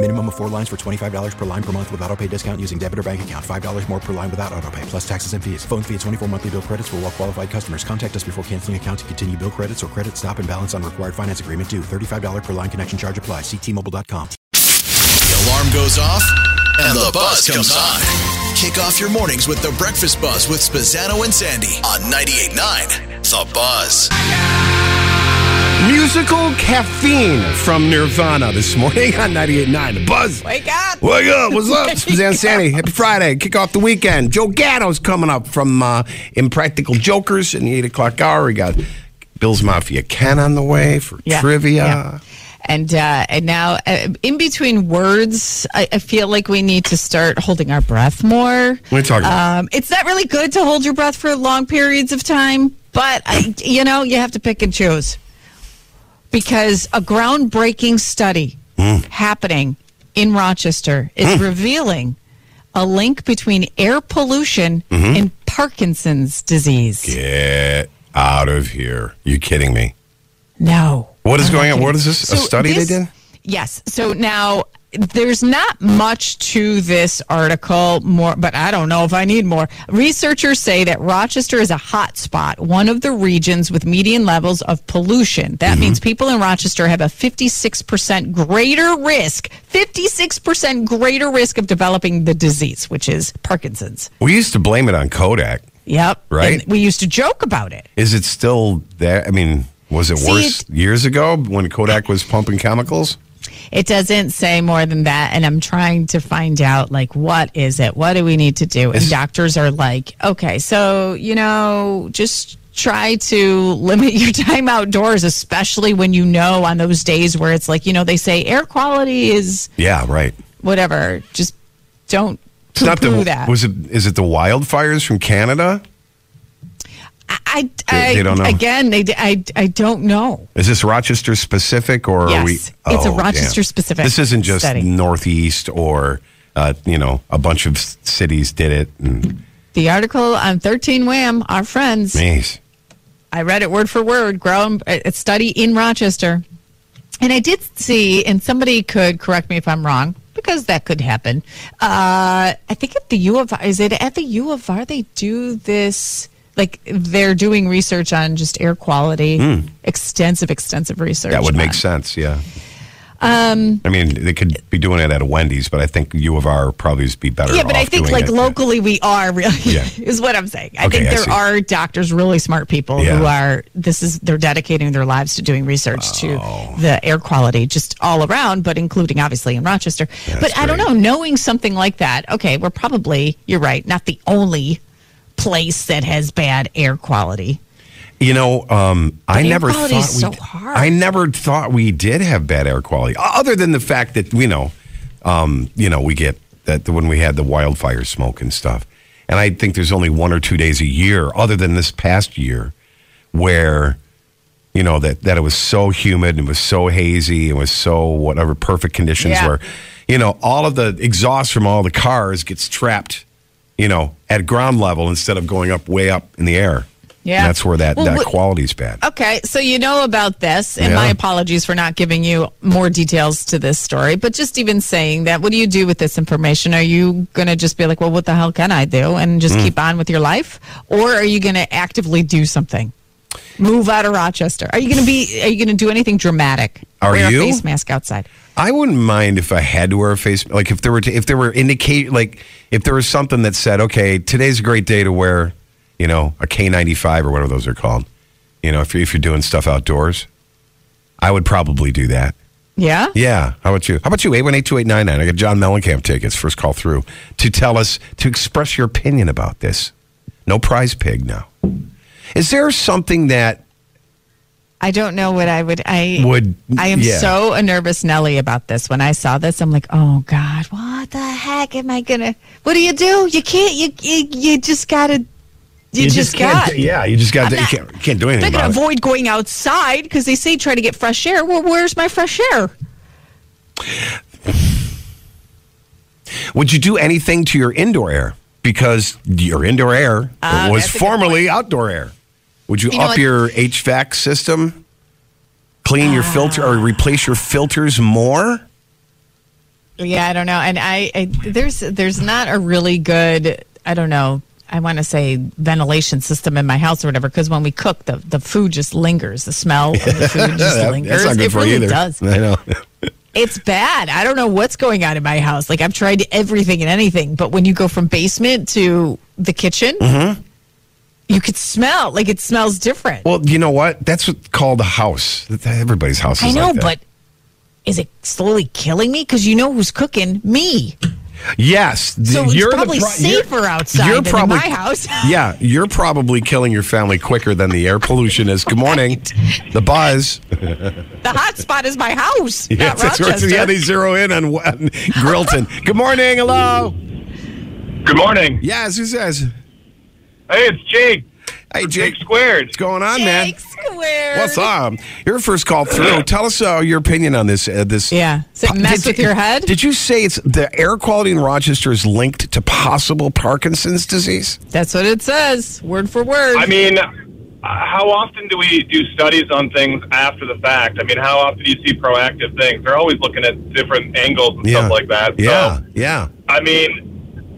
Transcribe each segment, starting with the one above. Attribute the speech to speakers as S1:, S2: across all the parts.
S1: Minimum of four lines for $25 per line per month with auto pay discount using debit or bank account. $5 more per line without auto pay, plus taxes and fees. Phone fee at 24 monthly bill credits for all well qualified customers. Contact us before canceling account to continue bill credits or credit stop and balance on required finance agreement due. $35 per line connection charge apply. Ctmobile.com.
S2: The alarm goes off and the buzz comes on. Kick off your mornings with the breakfast buzz with Spazzano and Sandy on 98.9 The Buzz.
S3: Musical caffeine from Nirvana this morning on 98.9. The Buzz.
S4: Wake up!
S3: Wake up. What's up? Suzanne Sandy. Happy Friday. Kick off the weekend. Joe Gatto's coming up from uh, Impractical Jokers in the 8 o'clock hour. We got Bill's Mafia Ken on the way for
S5: Yeah,
S3: trivia.
S5: yeah. And uh, and now, uh, in between words, I, I feel like we need to start holding our breath more.
S3: What are you talking about?
S5: Um, it's not really good to hold your breath for long periods of time, but I, you know, you have to pick and choose because a groundbreaking study
S3: Hmm.
S5: happening in Rochester is revealing a link between air pollution
S3: Mm-hmm.
S5: and Parkinson's disease.
S3: Get out of here. You kidding me?
S5: No.
S3: What is
S5: I'm not
S3: going on?
S5: kidding.
S3: What is this? A study they did?
S5: Yes. So now there's not much to this article more, but I don't know if I need more. Researchers say that Rochester is a hot spot, one of the regions with median levels of pollution. That
S3: Mm-hmm.
S5: means people in Rochester have a 56% greater risk, 56% greater risk of developing the disease, which is Parkinson's.
S3: We used to blame it on Kodak.
S5: Yep.
S3: Right.
S5: And we used to joke about it.
S3: Is it still there? I mean, was it
S5: See,
S3: worse years ago when Kodak was pumping chemicals?
S5: It doesn't say more than that, and I'm trying to find out like what is it? What do we need to do? And doctors are like, okay, so you know, just try to limit your time outdoors, especially when you know on those days where it's like you know they say air quality is
S3: Yeah, right.
S5: whatever. Just don't
S3: It's not
S5: poo-poo
S3: the
S5: that.
S3: was it is it the wildfires from Canada?
S5: I,
S3: They-
S5: I
S3: they don't know.
S5: again. They, I I don't know.
S3: Is this Rochester specific or are we Oh,
S5: Yes, it's a Rochester specific
S3: This isn't just
S5: study.
S3: northeast or uh, you know, a bunch of s- cities did it and
S5: The article on 13 Wham, our friends.
S3: geez.
S5: I read it word for word. Grown a study in Rochester, and I did see, and somebody could correct me if I'm wrong because that could happen. Uh, I think at the U of is it at the U of R they do this. Like they're doing research on just air quality, extensive, extensive research.
S3: Hmm. That would make
S5: on-
S3: sense, yeah. Um I mean, they could be doing it at a Wendy's, but I think U of R probably would be better.
S5: Yeah, but I
S3: off
S5: think
S3: doing
S5: like
S3: it.
S5: locally we are really
S3: Yeah.
S5: is what I'm saying. I
S3: Okay,
S5: think
S3: I
S5: there
S3: see.
S5: are doctors, really smart people
S3: Yeah.
S5: who are this is they're dedicating their lives to doing research
S3: Oh.
S5: to the air quality just all around, but including obviously in Rochester. but I don't
S3: great.
S5: know, knowing something like that, okay, we're probably you're right, not the only place that has bad air quality.
S3: You know, um, I
S5: air
S3: never
S5: quality
S3: thought
S5: is
S3: we,
S5: so hard.
S3: I never thought we did have bad air quality, o- other than the fact that you know, um, you know, we get that when we had the wildfire smoke and stuff. And I think there's only one or two days a year, other than this past year, where you know that that it was so humid and it was so hazy and was so whatever perfect conditions
S5: Yeah.
S3: were. You know, all of the exhaust from all the cars gets trapped, you know, at ground level instead of going up way up in the air.
S5: Yeah.
S3: And that's where that,
S5: Well,
S3: that
S5: what-
S3: quality's bad.
S5: Okay, so you know about this, and
S3: Yeah.
S5: my apologies for not giving you more details to this story, but just even saying that, what do you do with this information? Are you going to just be like, well, what the hell can I do? And
S3: Hmm.
S5: just keep on with your life? Or are you going to actively do something? Move out of Rochester. Are you going to be, are you going to do anything dramatic?
S3: Are
S5: Wear
S3: you?
S5: a face mask outside.
S3: I wouldn't mind if I had to wear a face like if there were to, if there were indicate like if there was something that said okay today's a great day to wear you know, a K95 or whatever those are called. You know, if you're, if you're doing stuff outdoors, I would probably do that.
S5: Yeah?
S3: Yeah. How about you? How about you? 818-2899. I got John Mellencamp tickets, first call through, to tell us, to express your opinion about this. No prize pig now. Is there something that
S5: I don't know what I would. I
S3: Would-
S5: I am
S3: yeah.
S5: so a nervous Nelly about this. When I saw this, I'm like, oh God, what the heck am I gonna? What do you do? You can't. You you, you just gotta. You, just, got.
S3: can't, yeah, you just got to,
S5: I'm
S3: you
S5: not-
S3: can't, can't do anything
S5: They're gonna
S3: about it.
S5: avoid going outside because they say try to get fresh air. Well, where's my fresh air?
S3: Would you do anything to your indoor air? Because your indoor air
S5: Ah,
S3: was
S5: that's a good
S3: formerly outdoor air. Would you,
S5: You know
S3: up
S5: what?
S3: your HVAC system? Clean your filter
S5: Ah.
S3: or replace your filters more?
S5: Yeah, I don't know. And I, I there's there's not a really good I don't know. I want to say ventilation system in my house or whatever because when we cook the the food just lingers. The smell of the food just
S3: That-
S5: lingers.
S3: that's not good
S5: it
S3: for
S5: really
S3: you either.
S5: does.
S3: I know.
S5: It's bad. I don't know what's going on in my house. Like I've tried everything and anything, but when you go from basement to the kitchen, you could smell like it smells different.
S3: Well, you know what? That's what called a house. Everybody's house
S5: I
S3: is
S5: know,
S3: like that.
S5: but is it slowly killing me? Because you know who's cooking me.
S3: Yes, th-
S5: So it's
S3: the
S5: probably safer outside than in my house.
S3: yeah, you're probably killing your family quicker than the air pollution is. Good morning, the buzz.
S5: The hot spot is my house,
S3: Yeah,
S5: not
S3: that's right.
S5: Rochester.
S3: yeah, they zero in on, on Grilton. Good morning, hello.
S6: Good morning.
S3: Yes, who says?
S6: Hey, it's Jake.
S3: Hey, Jake.
S6: Squared.
S3: What's going on, man?
S5: Jake Square.
S3: What's up? Your first call through. Tell us uh, your opinion on this. Uh, this.
S5: Yeah. Does it
S3: Po-
S5: mess
S3: did
S5: with
S3: you-
S5: your head?
S3: Did you say it's the air quality in Rochester is linked to possible Parkinson's disease?
S5: That's what it says, word for word.
S6: I mean, uh, how often do we do studies on things after the fact? I mean, how often do you see proactive things? They're always looking at different angles and stuff like that. So,
S3: Yeah. Yeah.
S6: I mean,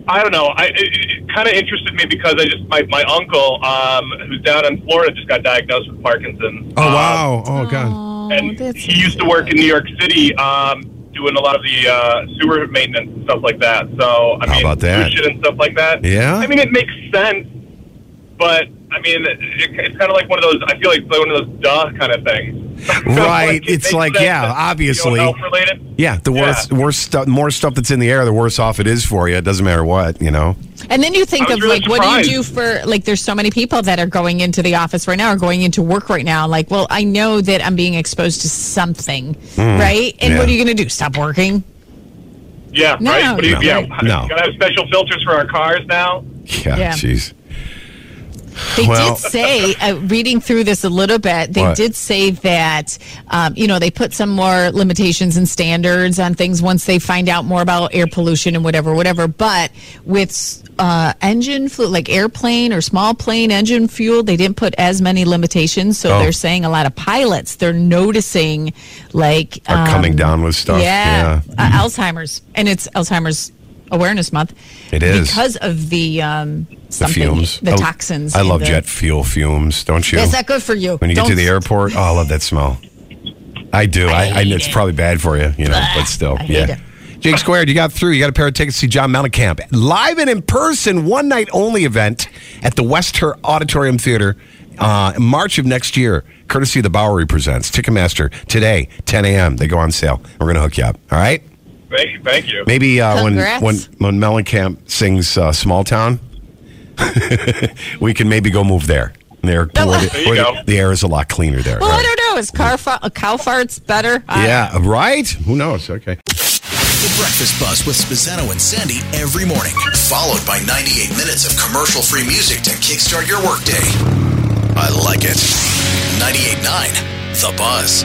S6: I don't know. I, it it kind of interested me because I just my my uncle, um, who's down in Florida, just got diagnosed with Parkinson's.
S3: Oh
S6: Um,
S3: wow. Oh god.
S6: and
S5: that's
S6: he used to work in New York City, um, doing a lot of the uh, sewer maintenance and stuff like that. So I
S3: How
S6: mean,
S3: about that?
S6: pollution and stuff like that.
S3: Yeah.
S6: I mean, it makes sense, but I mean, it, it's kind of like one of those. I feel like it's like one of those duh kind of things.
S3: Right, it's
S6: makes
S3: like,
S6: sense
S3: yeah,
S6: that, you know,
S3: obviously.
S6: health-related.
S3: Yeah, the
S6: Yeah.
S3: worst, worst stuff, more stuff that's in the air, the worse off it is for you. It doesn't matter what, you know.
S5: And then you think
S6: I was
S5: of
S6: really
S5: like, what do you do
S6: surprised.
S5: for like? There's so many people that are going into the office right now, or going into work right now. Like, well, I know that I'm being exposed to something,
S3: Hmm.
S5: right? And what
S3: yeah.
S5: are you going to do? Stop working?
S6: Yeah,
S5: No,
S6: right. What do you,
S5: no,
S6: yeah,
S3: right. No.
S6: Gotta have special filters for our cars now.
S3: Yeah,
S5: Yeah.
S3: jeez.
S5: They
S3: Well-
S5: did say, uh, reading through this a little bit, they
S3: What?
S5: did say that, um, you know, they put some more limitations and standards on things once they find out more about air pollution and whatever, whatever. But with uh, engine fuel, like airplane or small plane engine fuel, they didn't put as many limitations. So
S3: Oh.
S5: they're saying a lot of pilots, they're noticing, like,
S3: Are coming
S5: um,
S3: down with stuff.
S5: yeah, Uh, Alzheimer's, and it's Alzheimer's Awareness Month.
S3: It is.
S5: because of the um,
S3: The
S5: something,
S3: fumes,
S5: the
S3: I-
S5: toxins.
S3: I
S5: in
S3: love
S5: the-
S3: jet fuel fumes, don't you?
S5: Is that good for you?
S3: When you get to
S5: Don't-
S3: the airport, oh, I love that smell. I do. I, I, it's probably bad for you, you know, but still,
S5: I hate
S3: yeah.
S5: it.
S3: Jake Squared, you got through. You got a pair of tickets to see John Mellencamp live and in person, one night only event at the Westher Auditorium Theater, uh, in March of next year. Courtesy of the Bowery presents Ticketmaster today, 10 a.m. They go on sale. We're gonna hook you up. All right.
S6: Thank you. Thank you.
S3: Maybe uh, when
S5: Congrats.
S3: when when Mellencamp sings uh, "Small Town," we can maybe go move there. There,
S6: There you
S3: where the-
S6: go.
S3: the air is a lot cleaner there.
S5: Well, I
S3: right?
S5: don't know. Is car fa- uh, cow farts better? I-
S3: Yeah, right? Who knows? Okay.
S2: The Breakfast Bus with Spazzano and Sandy every morning, followed by 98 minutes of commercial free music to kickstart your workday. I like it. 98.9, The Buzz.